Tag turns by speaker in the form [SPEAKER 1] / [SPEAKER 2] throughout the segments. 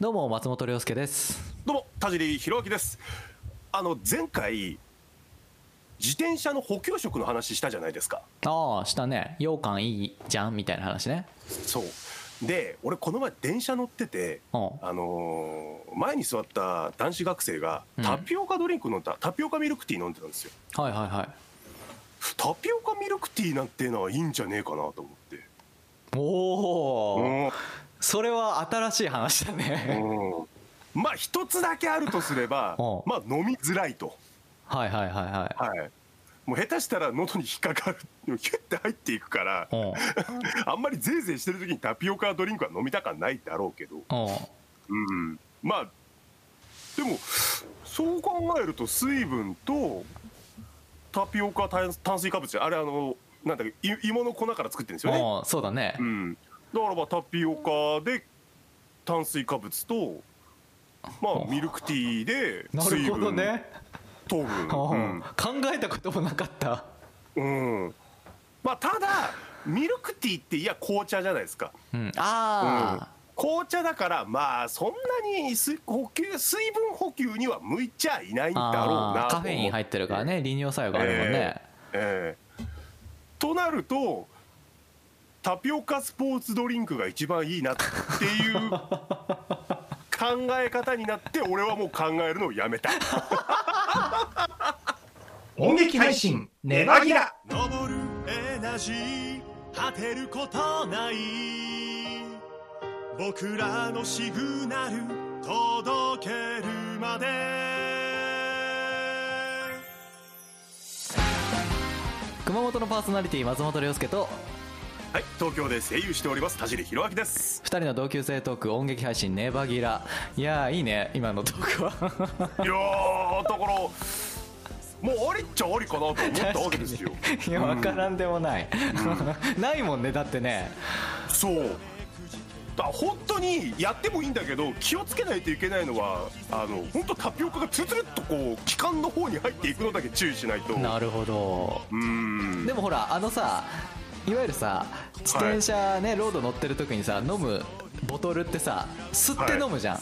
[SPEAKER 1] どうも松本涼介です
[SPEAKER 2] どうも田尻弘明ですあの前回自転車の補給食の話したじゃないですか
[SPEAKER 1] ああしたね羊羹いいじゃんみたいな話ね
[SPEAKER 2] そうで俺この前電車乗ってて
[SPEAKER 1] う
[SPEAKER 2] あ
[SPEAKER 1] ん
[SPEAKER 2] のー前に座った男子学生が
[SPEAKER 1] うん
[SPEAKER 2] タピオカドリンク飲んだ、タピオカミルクティー飲んでたんですよ
[SPEAKER 1] はいはいはい
[SPEAKER 2] タピオカミルクティーなんてのはいいんじゃねえかなと思って
[SPEAKER 1] おお、
[SPEAKER 2] う
[SPEAKER 1] それは新しい話だね
[SPEAKER 2] ん、うん、まあ一つだけあるとすれば
[SPEAKER 1] うん
[SPEAKER 2] まあ飲みづらいと
[SPEAKER 1] はいはいはいはい
[SPEAKER 2] はいもう下手したら喉に引っかかるキュッて入っていくから
[SPEAKER 1] うん
[SPEAKER 2] あんまりぜいぜいしてる時にタピオカドリンクは飲みたかないだろうけど、
[SPEAKER 1] うん
[SPEAKER 2] うん、まあでもそう考えると水分とタピオカ炭炭水化物あれあのなんだっけい芋の粉から作ってるんですよね、
[SPEAKER 1] うんそうだね
[SPEAKER 2] うん、だからまあタピオカで炭水化物と、まあ、ミルクティーで
[SPEAKER 1] な
[SPEAKER 2] 水
[SPEAKER 1] るほど
[SPEAKER 2] 分、
[SPEAKER 1] ね
[SPEAKER 2] 糖
[SPEAKER 1] う
[SPEAKER 2] 分、
[SPEAKER 1] ん考えたこともなかった
[SPEAKER 2] うんうんまあ、ただミルクティーっていや紅茶じゃないですか。
[SPEAKER 1] うんあ
[SPEAKER 2] 紅茶だからまあそんなに水補給水分補給には向いちゃいないん
[SPEAKER 1] あ
[SPEAKER 2] だろう
[SPEAKER 1] あ
[SPEAKER 2] な
[SPEAKER 1] あカフェイン入ってるから、ね利尿作用があるもんね
[SPEAKER 2] ええとなるとタピオカスポーツドリンクが一番いいなってい う考え方になって俺はもう考えるのをやめた
[SPEAKER 3] 音劇配信ネバギラ
[SPEAKER 2] 登るエナジー果てることない僕らのシグナル届けるまで
[SPEAKER 1] 熊本のパーソナリティ松本涼介と
[SPEAKER 2] はい東京で声優しております田尻弘明です
[SPEAKER 1] 2人の同級生トーク音劇配信ネバギラいやーいいね今のトークは
[SPEAKER 2] いやーだからもうありっちゃありかなと思ったわけですよ
[SPEAKER 1] いや分からんでもない、ないもんねだってね
[SPEAKER 2] そうだから本当にやってもいいんだけど気をつけないといけないのはあの本当タピオカがツルツルっとこう気管の方に入っていくのだけ注意しないと
[SPEAKER 1] なるほど
[SPEAKER 2] うん
[SPEAKER 1] でもほらあのさいわゆるさ自転車ね、ロード乗ってる時にさ飲むボトルってさ吸って飲むじゃん、
[SPEAKER 2] あ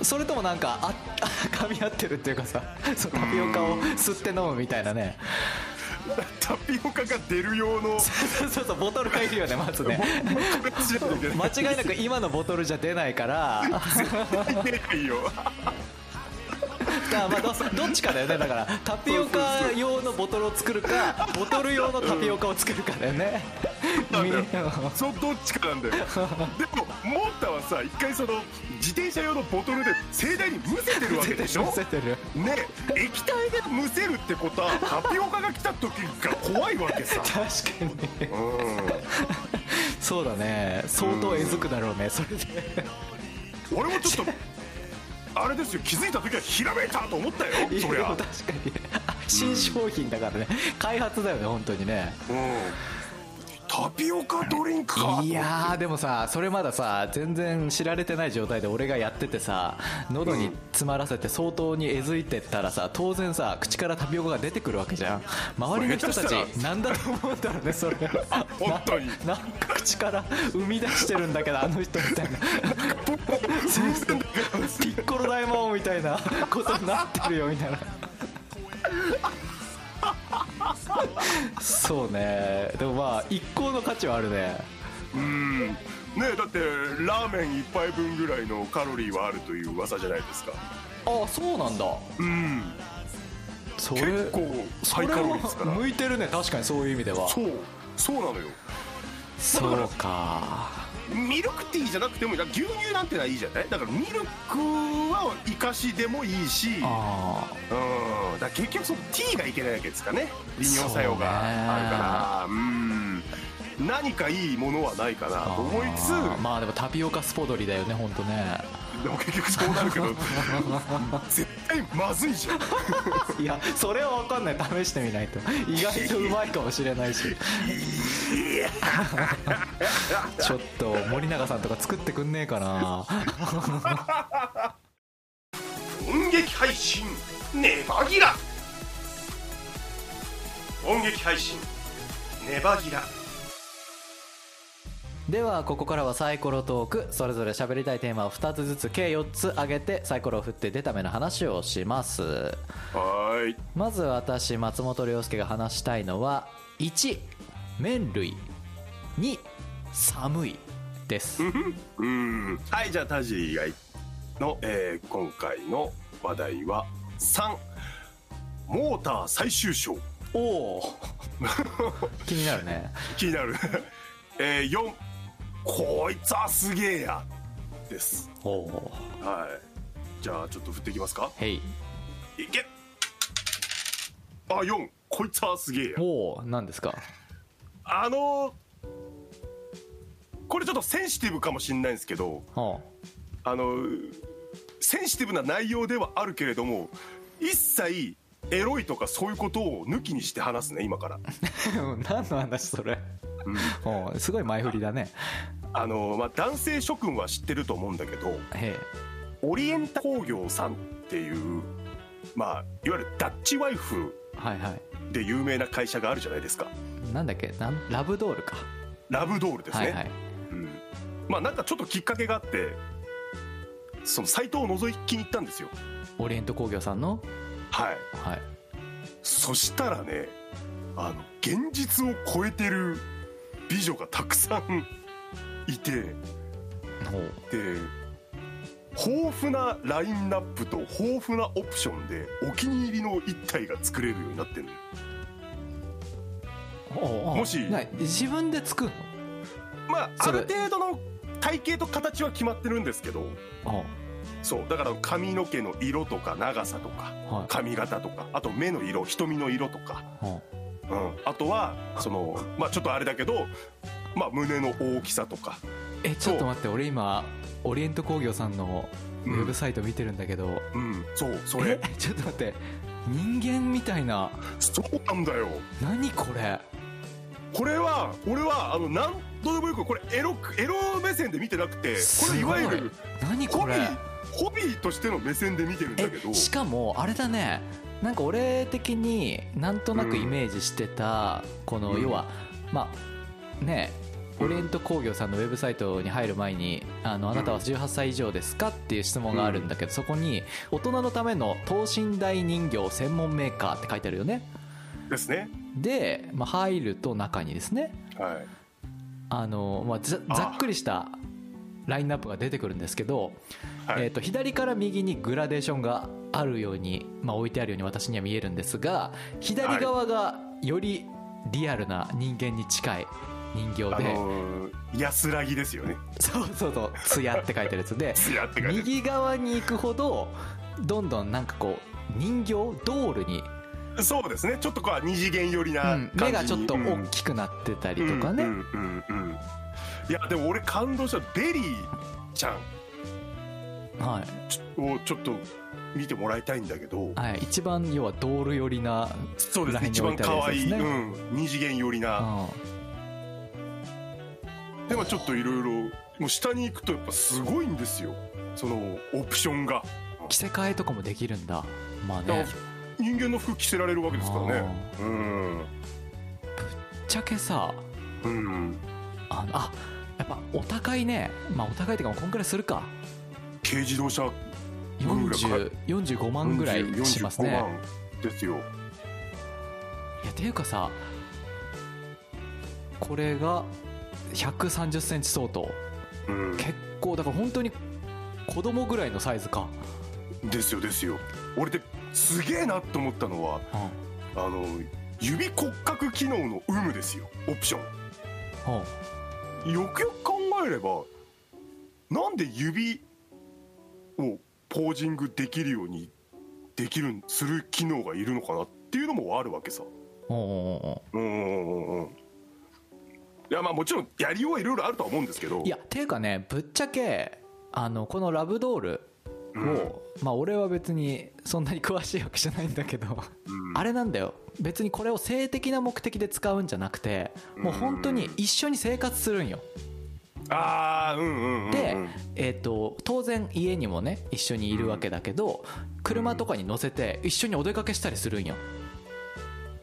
[SPEAKER 2] ー
[SPEAKER 1] それともなんかあ あ噛み合ってるっていうかさそうタピオカを吸って飲むみたいなね
[SPEAKER 2] うんタピオカが出る用 の
[SPEAKER 1] そうそうそうボトルがいるよねまずね
[SPEAKER 2] 形しないといけない
[SPEAKER 1] 間違いなく今のボトルじゃ出ないから
[SPEAKER 2] 出ないよ
[SPEAKER 1] だからまあどどっちかだよねだからタピオカ用のボトルを作るかボトル用のタピオカを作るかだよね
[SPEAKER 2] なんだよ
[SPEAKER 1] みんな
[SPEAKER 2] そうどっちかなんだよでもモータはさ一回その自転車用のボトルで盛大にむせてるわけでしょ
[SPEAKER 1] むせてる
[SPEAKER 2] ね液体でむせるってことはタピオカが来た時が怖いわけさ
[SPEAKER 1] 確かに
[SPEAKER 2] うん
[SPEAKER 1] そうだね相当えずくだろうねそれで
[SPEAKER 2] 俺もちょっとあれですよ気づいた時はひらめいたと思ったよそり
[SPEAKER 1] いや確
[SPEAKER 2] ゃ
[SPEAKER 1] かに新商品だからね開発だよね本当にね
[SPEAKER 2] うんタピオカドリンクか
[SPEAKER 1] いやーでもさそれまださ全然知られてない状態で俺がやっててさ喉に詰まらせて相当にえずいてったらさ当然さ口からタピオカが出てくるわけじゃん周りの人た
[SPEAKER 2] 下手
[SPEAKER 1] ち
[SPEAKER 2] し
[SPEAKER 1] なんだと思うんだろうねそれ
[SPEAKER 2] 本当に
[SPEAKER 1] ななんか口から生み出してるんだけどあの人みたいなそうそうピッコロ大魔王みたいなことになってるよみたいなそうねでもまあ一向の価値はあるね
[SPEAKER 2] うんねえだってラーメン一杯分ぐらいのカロリーはあるという噂じゃないですか
[SPEAKER 1] ああそうなんだ
[SPEAKER 2] うん
[SPEAKER 1] それ
[SPEAKER 2] 結構
[SPEAKER 1] そ
[SPEAKER 2] ハイ
[SPEAKER 1] れ
[SPEAKER 2] カロリーですから
[SPEAKER 1] は向いてるね確かにそういう意味では
[SPEAKER 2] そうそうなのよ
[SPEAKER 1] そうか
[SPEAKER 2] ミルクティーじゃなくてもいい牛乳なんてのはいいじゃないだからミルクは生かしでもいいしうんだ
[SPEAKER 1] ああ
[SPEAKER 2] から結局そのティーがいけないわけですからね利尿作用があるからうん何かいいものはないかなと思いつつ
[SPEAKER 1] あーまあでもタピオカスポドリだよね本当ね
[SPEAKER 2] でも結局そうなるけど絶対まずいじゃん
[SPEAKER 1] いやそれは分かんない試してみないと意外とうまいかもしれないし ちょっと森永さんとか作ってくんねえかな
[SPEAKER 2] 音劇配信ネバギラ音劇配信ネバギラ
[SPEAKER 1] ではここからはサイコロトークそれぞれ喋りたいテーマを2つずつ計4つ挙げてサイコロを振って出た目の話をします
[SPEAKER 2] はーい
[SPEAKER 1] まず私松本涼介が話したいのは1麺類2寒いです
[SPEAKER 2] うんはいじゃあタジ以外の、えー今回の話題は3モーター最終章
[SPEAKER 1] おお気になるね
[SPEAKER 2] 気になる、えー、4こいつはすげえやです
[SPEAKER 1] おお
[SPEAKER 2] はいじゃあちょっと振っていきますか
[SPEAKER 1] へい
[SPEAKER 2] いけあ4こいつはすげえや
[SPEAKER 1] おお何ですか
[SPEAKER 2] あのこれちょっとセンシティブかもしれないんですけど
[SPEAKER 1] お
[SPEAKER 2] あのセンシティブな内容ではあるけれども一切エロいとかそういうことを抜きにして話すね 今から、
[SPEAKER 1] 何の話それ
[SPEAKER 2] うん
[SPEAKER 1] おうすごい前振りだね
[SPEAKER 2] あの、まあ、男性諸君は知ってると思うんだけど
[SPEAKER 1] へえ
[SPEAKER 2] オリエンタ工業さんっていうまあいわゆるダッチワイフ
[SPEAKER 1] はいはい
[SPEAKER 2] で有名な会社があるじゃないですか
[SPEAKER 1] なんだっけなんラブドールか
[SPEAKER 2] ラブドールですね、
[SPEAKER 1] はいはい
[SPEAKER 2] うん、まあなんかちょっときっかけがあってそのサイトを覗きに行ったんですよ
[SPEAKER 1] オリエント工業さんの
[SPEAKER 2] はい
[SPEAKER 1] はい
[SPEAKER 2] そしたらねあの現実を超えてる美女がたくさんいて
[SPEAKER 1] おう
[SPEAKER 2] で豊富なラインナップと豊富なオプションでお気に入りの一体が作れるようになってる
[SPEAKER 1] おうおう
[SPEAKER 2] もし
[SPEAKER 1] な自分で作る
[SPEAKER 2] まああ
[SPEAKER 1] それ
[SPEAKER 2] る程度の体型と形は決まってるんですけど
[SPEAKER 1] の
[SPEAKER 2] そうだから髪の毛の色とか長さとか
[SPEAKER 1] おうはい
[SPEAKER 2] 髪型とかあと目の色瞳の色とか、
[SPEAKER 1] おう
[SPEAKER 2] うん、あとはそのまあちょっとあれだけど、まあ、胸の大きさとか
[SPEAKER 1] えちょっと待って俺今オリエント工業さんのウ
[SPEAKER 2] うん
[SPEAKER 1] ェブサイト見てるんだけど、
[SPEAKER 2] うんそうそ
[SPEAKER 1] え
[SPEAKER 2] れ
[SPEAKER 1] ちょっと待って人間みたいな
[SPEAKER 2] そうなんだよ
[SPEAKER 1] 何これ
[SPEAKER 2] これは俺はあのなんとでもよくこれエロくエロ目線で見てなくてこれ
[SPEAKER 1] す
[SPEAKER 2] い
[SPEAKER 1] ご
[SPEAKER 2] わ
[SPEAKER 1] い
[SPEAKER 2] ゆる
[SPEAKER 1] 何
[SPEAKER 2] ホ
[SPEAKER 1] こ
[SPEAKER 2] ビ
[SPEAKER 1] れ
[SPEAKER 2] ーホビーとしての目線で見てるんだけど
[SPEAKER 1] えしかもあれだねなんか俺的になんとなくイメージしてたこの
[SPEAKER 2] うん
[SPEAKER 1] 要はまあね
[SPEAKER 2] うん
[SPEAKER 1] オリエント工業さんのウェブサイトに入る前にあのあなたは18歳以上ですかっていう質問があるんだけどそこに大人のための等身大人形専門メーカーって書いてあるよね
[SPEAKER 2] ですね
[SPEAKER 1] で、まあ、入ると中にですね
[SPEAKER 2] はい
[SPEAKER 1] あの、まあ、ざ
[SPEAKER 2] あ
[SPEAKER 1] ざっくりしたラインナップが出てくるんですけど、
[SPEAKER 2] はい、
[SPEAKER 1] えー、と左から右にグラデーションがあるように、まあ、置いてあるように私には見えるんですが左側がよりリアルな人間に近い人形で、
[SPEAKER 2] あのー安らぎですよね
[SPEAKER 1] そうそうそう「ツヤ」って書いてるやつで
[SPEAKER 2] つやって感じ
[SPEAKER 1] 右側に行くほどどんどんなんかこう人形ドールに、
[SPEAKER 2] そうですねちょっとこう二次元寄りな
[SPEAKER 1] う
[SPEAKER 2] 感
[SPEAKER 1] ん
[SPEAKER 2] じ
[SPEAKER 1] 目
[SPEAKER 2] に
[SPEAKER 1] がちょっと
[SPEAKER 2] うん
[SPEAKER 1] 大きくなってたりとかね、
[SPEAKER 2] うんうんうんうんいやでも俺感動したベリーちゃん
[SPEAKER 1] はい
[SPEAKER 2] ちょをちょっと見てもらいたいんだけど
[SPEAKER 1] はい、一番要はドール寄りな、
[SPEAKER 2] そうです
[SPEAKER 1] ライ
[SPEAKER 2] ね
[SPEAKER 1] ンに
[SPEAKER 2] 一
[SPEAKER 1] 置い
[SPEAKER 2] 番
[SPEAKER 1] てある
[SPEAKER 2] 可
[SPEAKER 1] やつで
[SPEAKER 2] 愛
[SPEAKER 1] す
[SPEAKER 2] い、
[SPEAKER 1] ね
[SPEAKER 2] うん、二次元寄り
[SPEAKER 1] う
[SPEAKER 2] な、
[SPEAKER 1] ん、
[SPEAKER 2] でもちょっといろいろもう下に行くとやっぱすごいんですよそのオプションが、
[SPEAKER 1] 着せ替えとかもできるんだまあ
[SPEAKER 2] だから
[SPEAKER 1] ね
[SPEAKER 2] 人間の服着せられるわけですからねうん
[SPEAKER 1] ぶっちゃけさ
[SPEAKER 2] うん
[SPEAKER 1] あのあやっぱお高いねまあお高いっていうかもうこんくらいするか
[SPEAKER 2] 軽自動車
[SPEAKER 1] 40 45万ぐらい
[SPEAKER 2] 40
[SPEAKER 1] しますね
[SPEAKER 2] 45万ですよ
[SPEAKER 1] いやっていうかさこれが1 3 0センチ相当
[SPEAKER 2] うん
[SPEAKER 1] 結構だから本当に子供ぐらいのサイズか、
[SPEAKER 2] ですよですよ俺ですげえなと思ったのは
[SPEAKER 1] うん
[SPEAKER 2] あの指骨格機能の有無ですよオプショ
[SPEAKER 1] うん
[SPEAKER 2] ンよくよく考えればなんで指をポージングできるようにできるする機能がいるのかなっていうのもあるわけさ
[SPEAKER 1] うんうんうんうん
[SPEAKER 2] うんうんうんうんいやまあもちろんやりようはいろいろあるとは思うんですけど
[SPEAKER 1] いやっていうかねぶっちゃけあのこのラブドールを、まあ俺は別にそんなに詳しいわけじゃないんだけど
[SPEAKER 2] うん
[SPEAKER 1] あれなんだよ別にこれを性的な目的で使うんじゃなくてもう本当に一緒に生活するんよ
[SPEAKER 2] あーうんうんうんうん
[SPEAKER 1] で、えー、と当然家にもね一緒にいるわけだけど車とかに乗せて一緒にお出かけしたりするんよ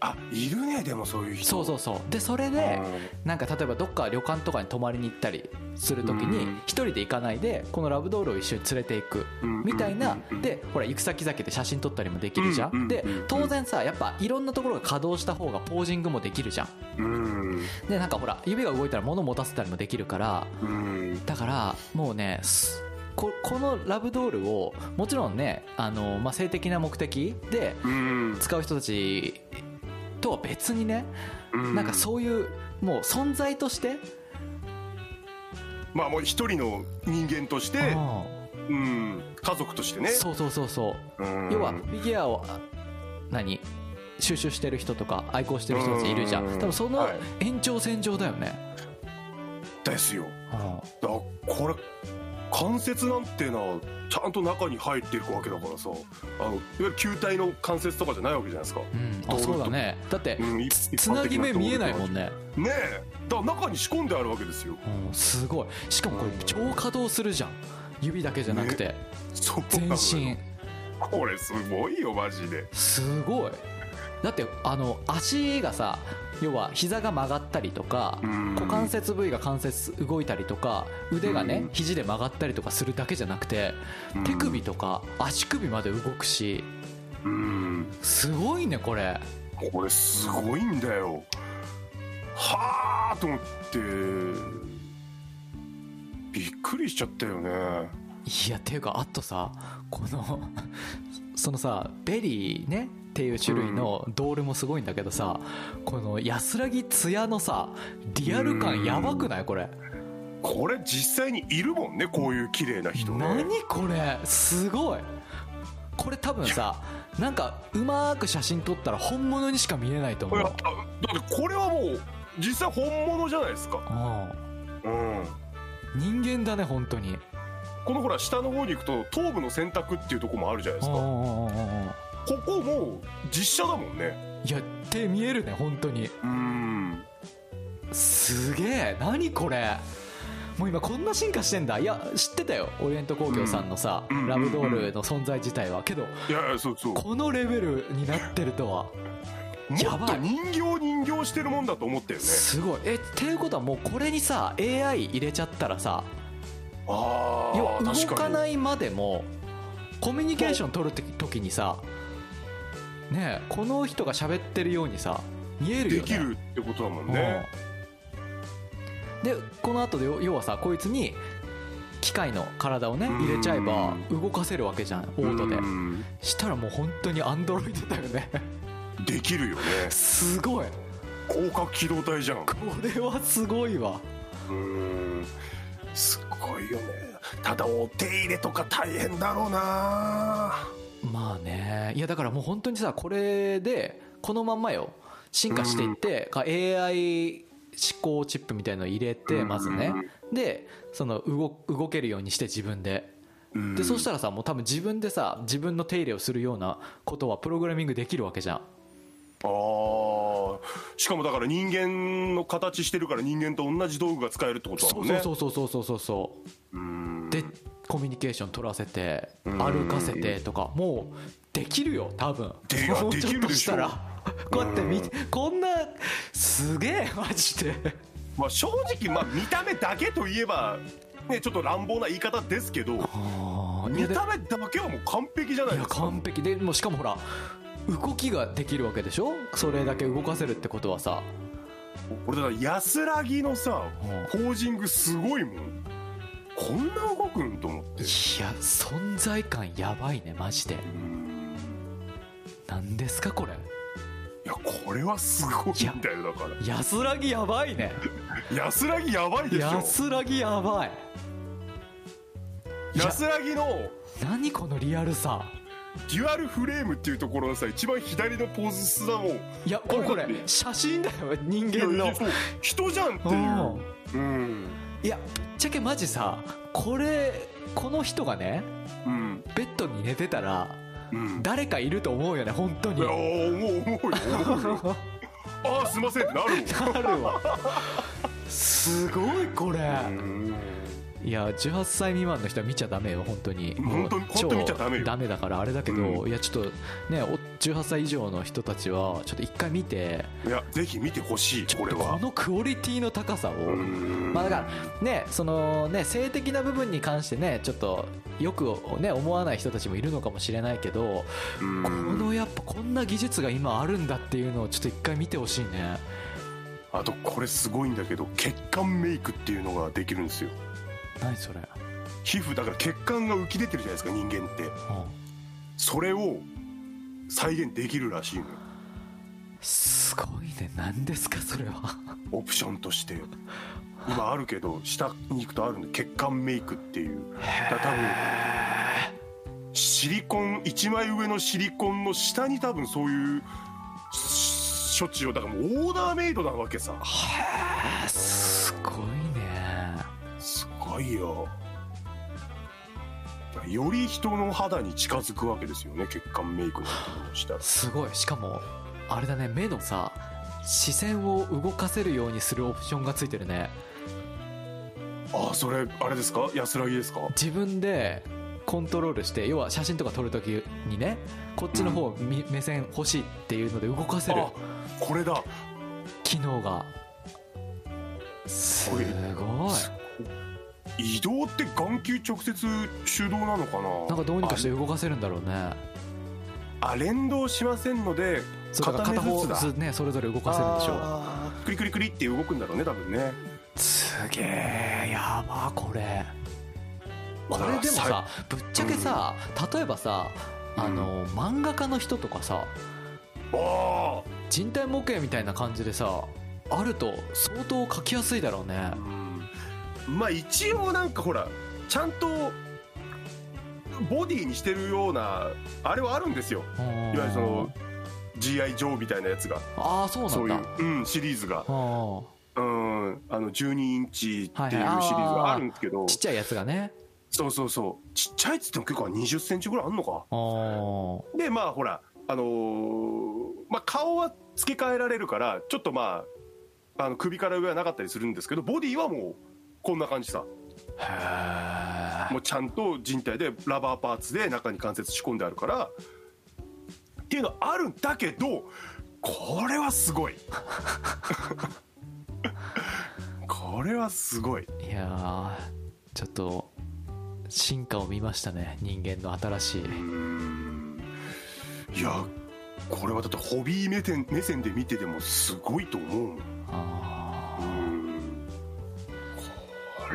[SPEAKER 2] あいるねでもそういう人
[SPEAKER 1] そうそうそうでそれで
[SPEAKER 2] う
[SPEAKER 1] なんか例えばどっか旅館とかに泊まりに行ったりする時に
[SPEAKER 2] うん
[SPEAKER 1] 一人で行かないでこのラブドールを一緒に連れていく
[SPEAKER 2] うん
[SPEAKER 1] みたいな
[SPEAKER 2] うん
[SPEAKER 1] でほら行く先々で写真撮ったりもできるじゃ
[SPEAKER 2] うんうん
[SPEAKER 1] んで
[SPEAKER 2] うん
[SPEAKER 1] 当然さやっぱいろんなところが稼働した方がポージングもできるじゃん
[SPEAKER 2] うん
[SPEAKER 1] でなんかほら指が動いたら物持たせたりもできるから
[SPEAKER 2] うん
[SPEAKER 1] だからもうねすここのラブドールをもちろんねあの、まあ、性的な目的で
[SPEAKER 2] うん
[SPEAKER 1] 使う人たちとは別にね
[SPEAKER 2] うん
[SPEAKER 1] なんかそういうもう存在として、
[SPEAKER 2] まあもう一人の人間として
[SPEAKER 1] う
[SPEAKER 2] うん家族として
[SPEAKER 1] ん
[SPEAKER 2] ね
[SPEAKER 1] そうそうそうそう、
[SPEAKER 2] うん
[SPEAKER 1] 要はフィギュアをあ何収集してる人とか愛好してる人たちいるじゃん
[SPEAKER 2] うん
[SPEAKER 1] 多分その
[SPEAKER 2] はい
[SPEAKER 1] 延長線上だよね、
[SPEAKER 2] ですよ
[SPEAKER 1] うん
[SPEAKER 2] だこれ関節なんてなちゃんと中に入っていくわけだからさあのいわゆる球体の関節とかじゃないわけじゃないですかね
[SPEAKER 1] うん
[SPEAKER 2] ど
[SPEAKER 1] あ
[SPEAKER 2] う
[SPEAKER 1] そうだねだって
[SPEAKER 2] うん一
[SPEAKER 1] つ
[SPEAKER 2] 一
[SPEAKER 1] つ
[SPEAKER 2] 般
[SPEAKER 1] な
[SPEAKER 2] 的
[SPEAKER 1] ぎ
[SPEAKER 2] な
[SPEAKER 1] 目見えないもんね、
[SPEAKER 2] えだから中に仕込んであるわけですよ
[SPEAKER 1] うん、すごいしかもこれ
[SPEAKER 2] うん
[SPEAKER 1] 超稼働するじゃん指だけじゃなくて、
[SPEAKER 2] そう
[SPEAKER 1] 全
[SPEAKER 2] なのよ
[SPEAKER 1] 身
[SPEAKER 2] これすごいよマジです
[SPEAKER 1] ごいだってあの足がさ要は膝が曲がったりとか
[SPEAKER 2] うん
[SPEAKER 1] 股関節部位が関節動いたりとか腕がね
[SPEAKER 2] うん
[SPEAKER 1] 肘で曲がったりとかするだけじゃなくて
[SPEAKER 2] うん
[SPEAKER 1] 手首とか足首まで動くし
[SPEAKER 2] うん
[SPEAKER 1] すごいねこれ
[SPEAKER 2] これすごいんだよはあと思ってびっくりしちゃったよね
[SPEAKER 1] いやっていうかあとさこの そのさベリーねっていう種類のドールもすごいんだけどさこの安らぎツヤのさリアル感やばくないこれ
[SPEAKER 2] これ実際にいるもんねこういう綺麗な人ね
[SPEAKER 1] 何これすごいこれ多分さなんかうまーく写真撮ったら本物にしか見えないと
[SPEAKER 2] こ
[SPEAKER 1] 思
[SPEAKER 2] れ
[SPEAKER 1] う
[SPEAKER 2] だってこれはもう実際本物じゃないですか、
[SPEAKER 1] うん
[SPEAKER 2] うん、
[SPEAKER 1] 人間だね本当に
[SPEAKER 2] このほら下の方に行くと頭部の選択っていうとこもあるじゃないで
[SPEAKER 1] う
[SPEAKER 2] す
[SPEAKER 1] んう
[SPEAKER 2] か
[SPEAKER 1] んうんうんうん
[SPEAKER 2] ここも実写だもんね
[SPEAKER 1] いやって見えるね本当に
[SPEAKER 2] うん
[SPEAKER 1] すげえ何これもう今こんな進化してんだいや知ってたよオリエント工業さんのさ、
[SPEAKER 2] うん
[SPEAKER 1] ラブドールの存在自体はけど
[SPEAKER 2] いやいやそうそうも
[SPEAKER 1] このレベルになってるとはやば
[SPEAKER 2] っと
[SPEAKER 1] い
[SPEAKER 2] 人形人形してるもんだと思ったよね
[SPEAKER 1] すごいえっていうことはもうこれにさ AI 入れちゃったらさ
[SPEAKER 2] あ
[SPEAKER 1] 要は
[SPEAKER 2] あ
[SPEAKER 1] 動
[SPEAKER 2] 確
[SPEAKER 1] か
[SPEAKER 2] かに
[SPEAKER 1] ないまでもコミュニケーション取る時にさねえこの人が喋ってるようにさ見える
[SPEAKER 2] で
[SPEAKER 1] よね
[SPEAKER 2] きるってことだもんね
[SPEAKER 1] うんでこの後で要はさこいつに機械の体をね
[SPEAKER 2] うん
[SPEAKER 1] 入れちゃえば動かせるわけじゃんオートで
[SPEAKER 2] うん
[SPEAKER 1] したらもう本当にアンドロイドだよね
[SPEAKER 2] できるよね
[SPEAKER 1] すごい
[SPEAKER 2] 広角機動隊じゃん
[SPEAKER 1] これはすごいわ
[SPEAKER 2] うんすごいよねただお手入れとか大変だろうな
[SPEAKER 1] まあねいやだからもう本当にさこれでこのまんまよ進化していって、か AI 思考チップみたいの入れて
[SPEAKER 2] うん
[SPEAKER 1] まずねでその動動けるようにして自分で
[SPEAKER 2] うん
[SPEAKER 1] でそしたらさもう多分自分でさ自分の手入れをするようなことはプログラミングできるわけじゃん
[SPEAKER 2] あーしかもだから人間の形してるから人間と同じ道具が使えるってことだ
[SPEAKER 1] そ
[SPEAKER 2] も
[SPEAKER 1] うん
[SPEAKER 2] ね
[SPEAKER 1] そうそうそうそうそうそう
[SPEAKER 2] うん
[SPEAKER 1] でコミュニケーション取らせて
[SPEAKER 2] うん
[SPEAKER 1] 歩かせてとかもうできるよ多分
[SPEAKER 2] で
[SPEAKER 1] もう
[SPEAKER 2] で
[SPEAKER 1] ちょっ
[SPEAKER 2] きる
[SPEAKER 1] と
[SPEAKER 2] で
[SPEAKER 1] し
[SPEAKER 2] しょ
[SPEAKER 1] たらこうやってみ
[SPEAKER 2] うん
[SPEAKER 1] こんなすげえマジで
[SPEAKER 2] まあ、正直、まあ、見た目だけといえば、ね、ちょっと乱暴な言い方ですけど
[SPEAKER 1] い
[SPEAKER 2] 見
[SPEAKER 1] やで
[SPEAKER 2] た目だけはもう完璧じゃない
[SPEAKER 1] いや
[SPEAKER 2] ですか
[SPEAKER 1] 完璧でもうしかもほら動きができるわけでしょそれだけ動かせるってことはさ
[SPEAKER 2] 俺だから安らぎのさ
[SPEAKER 1] うん
[SPEAKER 2] ポージングすごいもんこんな動くんと思っ
[SPEAKER 1] い
[SPEAKER 2] て
[SPEAKER 1] や存在感やばいねマジで
[SPEAKER 2] うん
[SPEAKER 1] 何ですかこれ
[SPEAKER 2] いやこれはすごいんだよだか
[SPEAKER 1] 安らぎやばいね
[SPEAKER 2] ら安らぎやばいでしょ
[SPEAKER 1] 安らぎやばいいや
[SPEAKER 2] 安らぎの
[SPEAKER 1] 何このリアルさ
[SPEAKER 2] デュアルフレームっていうところのさ一番左のポーズすらも
[SPEAKER 1] いやこれこ
[SPEAKER 2] これ
[SPEAKER 1] れ写真だよ人
[SPEAKER 2] いや
[SPEAKER 1] 間
[SPEAKER 2] い
[SPEAKER 1] の
[SPEAKER 2] やそう人じゃんって
[SPEAKER 1] うん
[SPEAKER 2] いううん
[SPEAKER 1] いやぶっちゃけマジさこれこの人がね
[SPEAKER 2] うん
[SPEAKER 1] ベッドに寝てたら
[SPEAKER 2] うん
[SPEAKER 1] 誰かいると思うよね本当
[SPEAKER 2] い
[SPEAKER 1] に
[SPEAKER 2] や思う思うよ思うよああすいませんってな る
[SPEAKER 1] あるわすごいこれ
[SPEAKER 2] もん
[SPEAKER 1] いや18歳未満の人は見ちゃダメよ本当に
[SPEAKER 2] 本当に
[SPEAKER 1] もう
[SPEAKER 2] 本当に見ちゃダメよ
[SPEAKER 1] 超ダメだからあれだけど、
[SPEAKER 2] う
[SPEAKER 1] いやちょっとねお18歳以上の人たちはちょっと一回見て
[SPEAKER 2] いやぜひ見てほしいこれ
[SPEAKER 1] こ
[SPEAKER 2] は
[SPEAKER 1] のクオリティの高さを、
[SPEAKER 2] うーん
[SPEAKER 1] まあだからねそのね性的な部分に関してねちょっとよくね思わない人たちもいるのかもしれないけど
[SPEAKER 2] うーん
[SPEAKER 1] このやっぱこんな技術が今あるんだっていうのをちょっと一回見てほしいね
[SPEAKER 2] あとこれすごいんだけど血管メイクっていうのができるんですよ
[SPEAKER 1] 何それ、
[SPEAKER 2] 皮膚だから血管が浮き出てるじゃないですか人間ってそれを再現できるらしいのよ
[SPEAKER 1] すごいね何ですかそれは
[SPEAKER 2] オプションとして今あるけど下に行くとあるんで血管メイクっていうだから多分シリコン1枚上のシリコンの下に多分そういうし処置をだからもうオーダーメイドなわけさ
[SPEAKER 1] あすごいね
[SPEAKER 2] すごいよだからより人の肌に近づくわけですよね血管メイクのことをしたら
[SPEAKER 1] すごいしかもあれだね目のさ視線を動かせるようにするオプションがついてるね
[SPEAKER 2] ああそれあれですか安らぎですか
[SPEAKER 1] 自分でコントロールして要は写真とか撮るときにねこっちの方、み目線欲しいっていうので動かせる
[SPEAKER 2] あこれだ
[SPEAKER 1] 機能がすごい
[SPEAKER 2] 移動って眼球直接手動なのか
[SPEAKER 1] な
[SPEAKER 2] な
[SPEAKER 1] んかどうにかして動かせるんだろうね
[SPEAKER 2] ああ連動しませんので
[SPEAKER 1] そうだから片
[SPEAKER 2] 片目
[SPEAKER 1] 方
[SPEAKER 2] ずつだ
[SPEAKER 1] ずつねそれぞれ動かせるんでしょう
[SPEAKER 2] あークリクリクリって動くんだろうね多分ね
[SPEAKER 1] すげえやばこれこれでも
[SPEAKER 2] だから
[SPEAKER 1] さぶっちゃけさ、例えばさあの、漫画家の人とかさ
[SPEAKER 2] いあ
[SPEAKER 1] 人体模型みたいな感じでさあると相当描きやすいだろうね
[SPEAKER 2] ーうんまあ一応なんかほらちゃんとボディにしてるようなあれはあるんですよ
[SPEAKER 1] うん
[SPEAKER 2] いわゆるその GI ジョーみたいなやつが
[SPEAKER 1] ああそう
[SPEAKER 2] そうい
[SPEAKER 1] な
[SPEAKER 2] うん
[SPEAKER 1] だ、
[SPEAKER 2] うん、シリーズが
[SPEAKER 1] うん
[SPEAKER 2] うんあの12インチっていうシ
[SPEAKER 1] はい
[SPEAKER 2] リー
[SPEAKER 1] はい
[SPEAKER 2] ズがあるんですけど、
[SPEAKER 1] ちっちゃいやつがね
[SPEAKER 2] そうそうそうちっちゃいっつっても結構2 0ンチぐらいあんのか
[SPEAKER 1] うん
[SPEAKER 2] でまあほらあのーまあ、顔は付け替えられるからちょっとまああの首から上はなかったりするんですけどボディはもうこんな感じさもうちゃんと人体でラバーパーツで中に関節仕込んであるからっていうのあるんだけどこれはすごいこれはすごい
[SPEAKER 1] いやーちょっと進化を見ましたね人間の新しい
[SPEAKER 2] いやこれはだってホビー目線目線で見ててもすごいと思うもん
[SPEAKER 1] あー
[SPEAKER 2] こ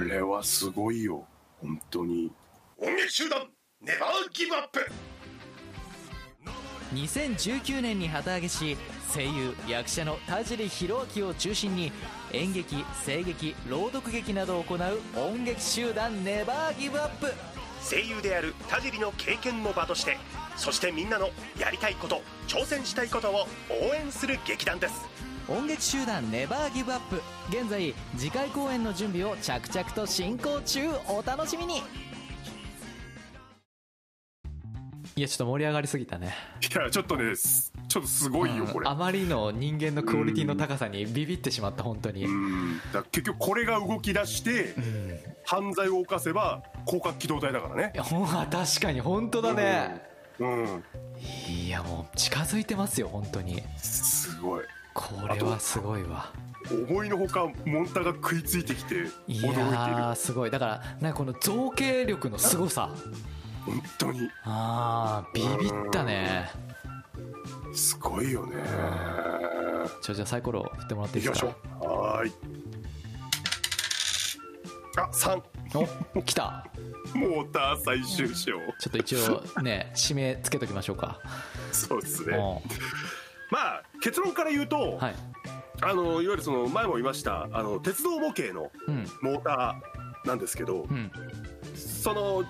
[SPEAKER 2] れはすごいよ本当に音楽集団ネバーギブアップ
[SPEAKER 4] 2019年に旗揚げし声優役者の田尻弘明を中心に演劇声劇朗読劇などを行う音劇集団ネバーギブアップ
[SPEAKER 5] 声優である田尻の経験の場としてそしてみんなのやりたいこと挑戦したいことを応援する劇団です
[SPEAKER 4] 音劇集団ネバーギブアップ現在次回公演の準備を着々と進行中お楽しみに
[SPEAKER 1] いやちょっと盛り上がりすぎたね
[SPEAKER 2] いやちょっとねすちょっとすごいよこれ
[SPEAKER 1] あまりの人間のクオリティの高さにビビってしまった本当に
[SPEAKER 2] うんだから結局これが動き出して犯罪を犯せば広角機動隊だからね
[SPEAKER 1] いやほんま確かに本当だね
[SPEAKER 2] うん
[SPEAKER 1] いやもう近づいてますよ本当に
[SPEAKER 2] すごい
[SPEAKER 1] これはすごいわ
[SPEAKER 2] 思いのほかモンタが食いついてきて
[SPEAKER 1] い
[SPEAKER 2] 驚いている
[SPEAKER 1] やーすごいだからなんかこの造形力のすごさ
[SPEAKER 2] 本当に
[SPEAKER 1] あービビったね
[SPEAKER 2] すごいよね
[SPEAKER 1] ちょじゃあサイコロ振ってもらってい
[SPEAKER 2] 行
[SPEAKER 1] い
[SPEAKER 2] き
[SPEAKER 1] で
[SPEAKER 2] ますしょ
[SPEAKER 1] か
[SPEAKER 2] うはーいあ三
[SPEAKER 1] お来た
[SPEAKER 2] モーター最終章
[SPEAKER 1] ちょっと一応ね 締めつけときましょうか
[SPEAKER 2] そうです
[SPEAKER 1] う
[SPEAKER 2] ね
[SPEAKER 1] ん
[SPEAKER 2] まあ結論から言うと、
[SPEAKER 1] はい
[SPEAKER 2] あのいわゆるその前も言いましたあの鉄道模型の
[SPEAKER 1] うん
[SPEAKER 2] モーターなんですけど、
[SPEAKER 1] うん
[SPEAKER 2] その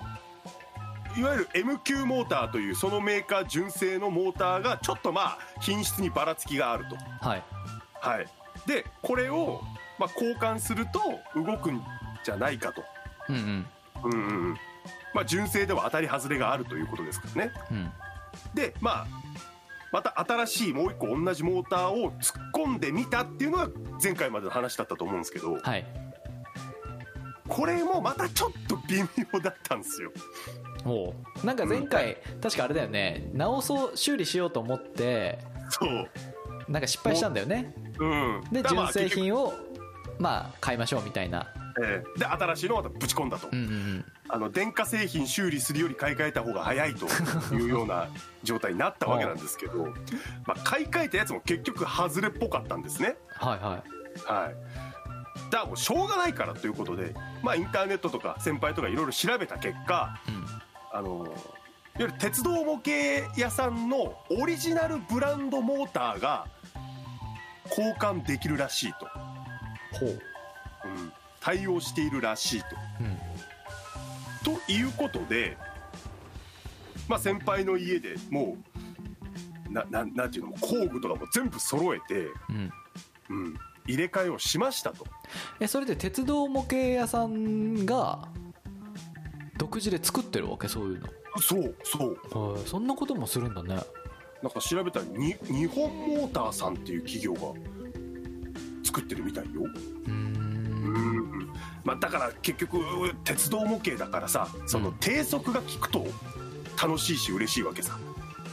[SPEAKER 2] いわゆる M 級モーターというそのメーカー純正のモーターがちょっとまあ品質にばらつきがあると
[SPEAKER 1] はい
[SPEAKER 2] はいでこれを、まあ、交換すると動くんじゃないかと
[SPEAKER 1] うんうん
[SPEAKER 2] うんうんうんまあ純正では当たり外れがあるということですからね
[SPEAKER 1] うん
[SPEAKER 2] でまあまた新しいもう一個同じモーターを突っ込んでみたっていうのが前回までの話だったと思うんですけど
[SPEAKER 1] はい
[SPEAKER 2] これもまたちょっと微妙だったんですよ
[SPEAKER 1] おうなんか前回、確かあれだよね直そう修理しようと思って
[SPEAKER 2] そう
[SPEAKER 1] なんか失敗したんだよね
[SPEAKER 2] うん
[SPEAKER 1] で
[SPEAKER 2] だからま
[SPEAKER 1] 純
[SPEAKER 2] あ
[SPEAKER 1] 正
[SPEAKER 2] 結局
[SPEAKER 1] 品をまあ買いましょうみたいな
[SPEAKER 2] ええで新しいのをまたぶち込んだと、
[SPEAKER 1] うんうんうん
[SPEAKER 2] あの電化製品修理するより買い替えた方が早 いというような状態になったわけなんですけど、まあ、買い替えたやつも結局外れっぽかったんですね
[SPEAKER 1] はいは
[SPEAKER 2] はいだからもうしょうがないからということで、まあ、インターネットとか先輩とかいろいろ調べた結果
[SPEAKER 1] い、うん、
[SPEAKER 2] あのいわゆる鉄道模型屋さんのオリジナルブランドモーターが交換できるらしいと、
[SPEAKER 1] ほう、
[SPEAKER 2] うん、対応しているらしいと。
[SPEAKER 1] うん、
[SPEAKER 2] ということで、まあ、先輩の家でもうなななんていうの工具とかも全部揃えて、
[SPEAKER 1] うん
[SPEAKER 2] うん、入れ替えをしましたと
[SPEAKER 1] えそれで鉄道模型屋さんが独自で作ってるわけそういう
[SPEAKER 2] そうそう
[SPEAKER 1] のはいそんなこともするんだね
[SPEAKER 2] なんか調べたらに日本モーターさんっていう企業が作ってるみたいよ、
[SPEAKER 1] うー
[SPEAKER 2] うんんまあ、だから結局鉄道模型だからさその低速が効くと楽しいし嬉しいわけさ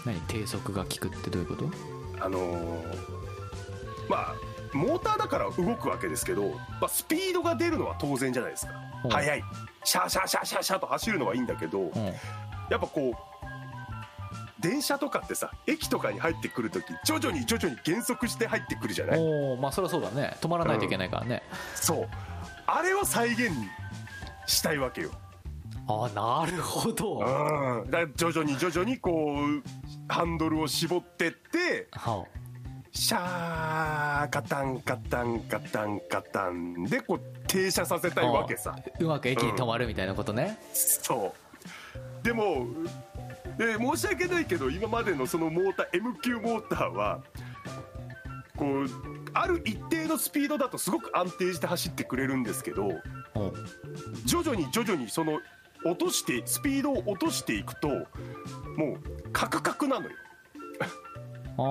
[SPEAKER 1] 何低速が効くってどういうこと
[SPEAKER 2] あのーまあモーターだから動くわけですけど、まあ、スピードが出るのは当然じゃないですか
[SPEAKER 1] うん
[SPEAKER 2] 速いシャーシャーシャーシャーシャーと走るのはいいんだけど
[SPEAKER 1] うん
[SPEAKER 2] やっぱこう電車とかってさ駅とかに入ってくるとき徐々に徐々に減速して入ってくるじゃない
[SPEAKER 1] おおまあそりゃそうだね止まらないといけないからね、
[SPEAKER 2] そうあれを再現したいわけよ
[SPEAKER 1] ああなるほど、は
[SPEAKER 2] うんだから徐々に徐々にこうハンドルを絞ってって
[SPEAKER 1] あ
[SPEAKER 2] シャーカタンカタンカタンカタンでこう停車させたいわけさ
[SPEAKER 1] うまく駅に止まるみたいなことね、
[SPEAKER 2] そうでもで申し訳ないけど今までのそのモーター M 級モーターはこうある一定のスピードだとすごく安定して走ってくれるんですけど
[SPEAKER 1] うん
[SPEAKER 2] 徐々に徐々にその落としてスピードを落としていくともうカクカクなのよ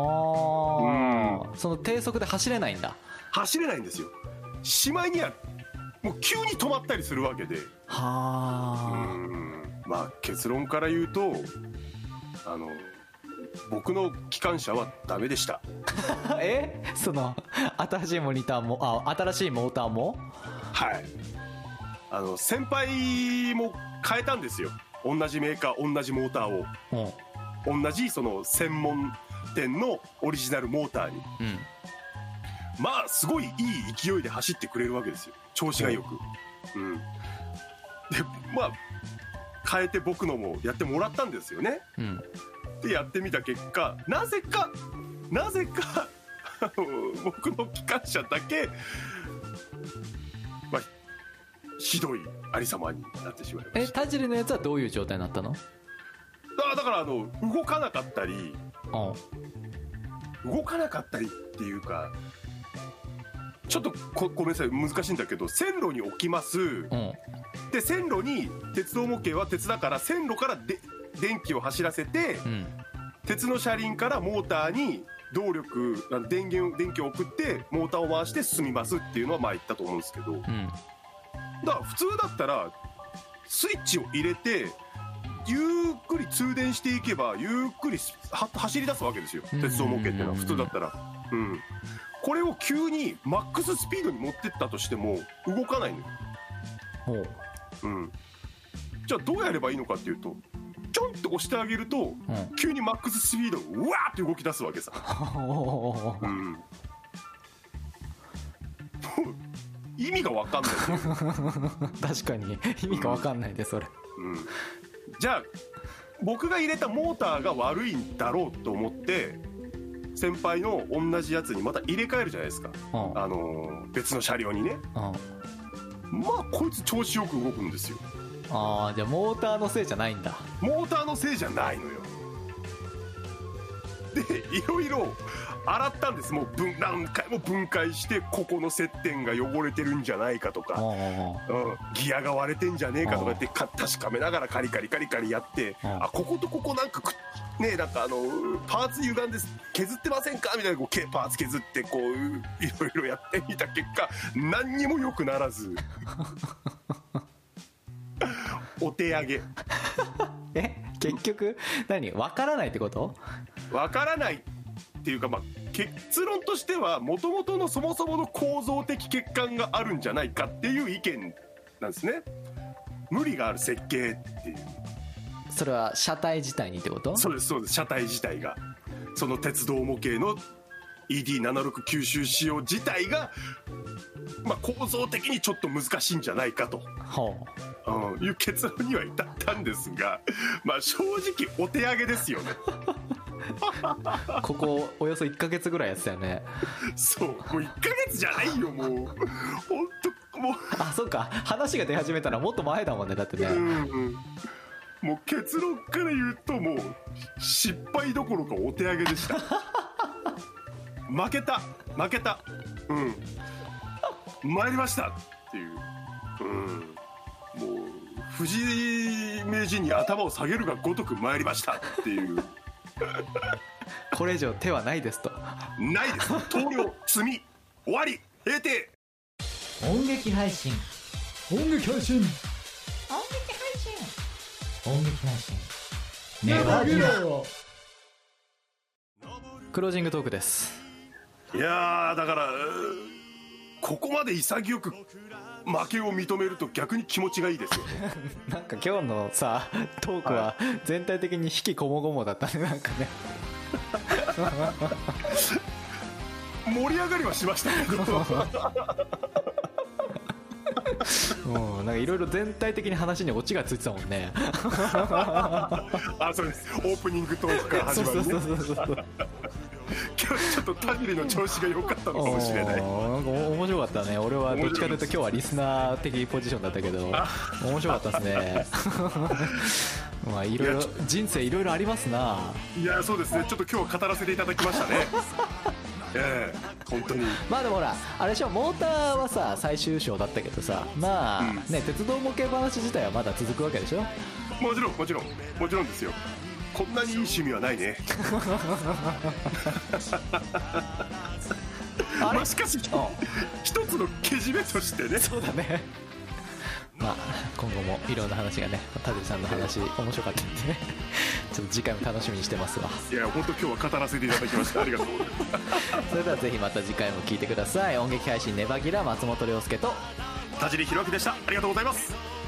[SPEAKER 1] ああ、その低速で走れないんだ
[SPEAKER 2] 走れないんですよしまいにはもう急に止まったりするわけで
[SPEAKER 1] はあ、
[SPEAKER 2] まあ結論から言うとあの僕の機関車はダメでした
[SPEAKER 1] えその新しいモニターもあ新しいモーターも
[SPEAKER 2] はいあの先輩も変えたんですよ同じメーカー同じモーターを
[SPEAKER 1] うん
[SPEAKER 2] 同じその専門店のオリジナルモーターに
[SPEAKER 1] うん
[SPEAKER 2] まあすごいいい勢いで走ってくれるわけですよ調子がよくうんでまあ変えて僕のもやってもらったんですよね
[SPEAKER 1] うん
[SPEAKER 2] でやってみた結果なぜかなぜか あの僕の機関車だけ、まあ、ひどいありさまになってしまいま
[SPEAKER 1] え
[SPEAKER 2] した
[SPEAKER 1] 田尻のやつはどういう状態になったの
[SPEAKER 2] だだからあの動かなかったり
[SPEAKER 1] う
[SPEAKER 2] 動かなかったりっていうかちょっとこごめんなさい難しいんだけど線路に置きます
[SPEAKER 1] んうん
[SPEAKER 2] で線路に鉄道模型は鉄だから線路からで電気を走らせて
[SPEAKER 1] うん
[SPEAKER 2] 鉄の車輪からモーターに動力あの電源を電気を送ってモーターを回して進みますっていうのはまあ言ったと思うんですけどだ
[SPEAKER 1] う
[SPEAKER 2] か
[SPEAKER 1] ん
[SPEAKER 2] ら普通だったらスイッチを入れてゆっくり通電していけばゆっくりすは走り出すわけですよ
[SPEAKER 1] うん
[SPEAKER 2] 鉄道模型っていうのは普通だったらうんこれを急にマックススピードに持ってったとしても動かないのよ
[SPEAKER 1] ほう
[SPEAKER 2] うんじゃあどうやればいいのかっていうとちょんと押してあげると
[SPEAKER 1] うん
[SPEAKER 2] 急にマックススピードがうわーって動き出すわけさ
[SPEAKER 1] お
[SPEAKER 2] うん意味が 分かんない、
[SPEAKER 1] ー確かに意味が分かんないでそれ
[SPEAKER 2] うん、じゃあ僕が入れたモーターが悪いんだろうと思って先輩の同じやつにまた入れ替えるじゃないですか、
[SPEAKER 1] うんうん
[SPEAKER 2] あのー別の車両にねまあこいつ調子よく動くんですよ
[SPEAKER 1] ああじゃあモーターのせいじゃないんだ
[SPEAKER 2] モーターのせいじゃないのよでいろいろ洗ったんですもう分何回も分解してここの接点が汚れてるんじゃないかとか
[SPEAKER 1] うんうんうん
[SPEAKER 2] うん、ギアが割れてんじゃねえかと
[SPEAKER 1] う
[SPEAKER 2] か
[SPEAKER 1] ん
[SPEAKER 2] ってか確かめながらカリカリカリカリやって、
[SPEAKER 1] うん
[SPEAKER 2] あこことここなんかくねえなんかあのパーツ歪んで削ってませんかみたいなこうけパーツ削ってこういろいろやってみた結果何にも良く ならずお手上げ
[SPEAKER 1] え結局何わからないってこと
[SPEAKER 2] わからないっていうか、まあ、結論としてはもともとのそもそもの構造的欠陥があるんじゃないかっていう意見なんですね無理がある設計っていう
[SPEAKER 1] それは車体自体にってこと
[SPEAKER 2] そうですそうです車体自体がその鉄道模型の ED76 吸収仕様自体が、まあ、構造的にちょっと難しいんじゃないかと、
[SPEAKER 1] ほう
[SPEAKER 2] うん、いう結論には至ったんですが、まあ、正直お手上げですよね
[SPEAKER 1] ここおよそ1ヶ月ぐらいやってたよね
[SPEAKER 2] そうもう1ヶ月じゃないよもう本当もう
[SPEAKER 1] あそうか話が出始めたらもっと前だもんねだってね
[SPEAKER 2] うんもう結論から言うともう失敗どころかお手上げでした 負けた負けたうん参りましたっていううんもう藤井名人に頭を下げるがごとく参りましたっていう
[SPEAKER 1] これ以上手はないですと
[SPEAKER 2] ないです投了積み終わり閉廷
[SPEAKER 4] 音劇配信
[SPEAKER 3] 音劇配信
[SPEAKER 4] 音劇配信
[SPEAKER 3] ネバギラ
[SPEAKER 1] クロージングトークです
[SPEAKER 2] いやーだからうーここまで潔く負けを認めると逆に気持ちがいいですよね
[SPEAKER 1] なんか今日のさトークは全体的に引きこもごもだったねなんかね
[SPEAKER 2] 盛り上がりはしましたけど
[SPEAKER 1] うんなんかいろいろ全体的に話にオチがついてたもんね
[SPEAKER 2] あそうですオープニングトークから始
[SPEAKER 1] そう
[SPEAKER 2] ま
[SPEAKER 1] そ
[SPEAKER 2] る
[SPEAKER 1] う
[SPEAKER 2] ね
[SPEAKER 1] そうそうそう
[SPEAKER 2] 今日ちょっと田尻の調子が良かったのかもしれない
[SPEAKER 1] おーなんか面白かったね俺はどっちかというと今日はリスナー的ポジションだったけど面白かった ですねまあいろい
[SPEAKER 2] いや
[SPEAKER 1] ろ
[SPEAKER 2] ちょ
[SPEAKER 1] 人生いろいろありますない
[SPEAKER 2] やそうですねちょっと今日は語らせていただきました ねええ本当に
[SPEAKER 1] まあでもほらあれでしょモーターはさ最終章だったけどさまあ
[SPEAKER 2] うん
[SPEAKER 1] ね鉄道模型話自体はまだ続くわけでしょ
[SPEAKER 2] もちろんもちろんもちろんですよこんなにいい趣味はないね
[SPEAKER 1] あれ
[SPEAKER 2] まあしかし
[SPEAKER 1] あ
[SPEAKER 2] 一つのけじめとしてね
[SPEAKER 1] そうだねまあ今後もいろんな話がね田尻さんの話面白かったんでねちょっと次回も楽しみにしてますわ
[SPEAKER 2] いや本当今日は語らせていただきましたありがとうございます
[SPEAKER 1] それではぜひまた次回も聞いてください音劇配信ネバギラ松本涼介と
[SPEAKER 2] 田尻弘明でしたありがとうございます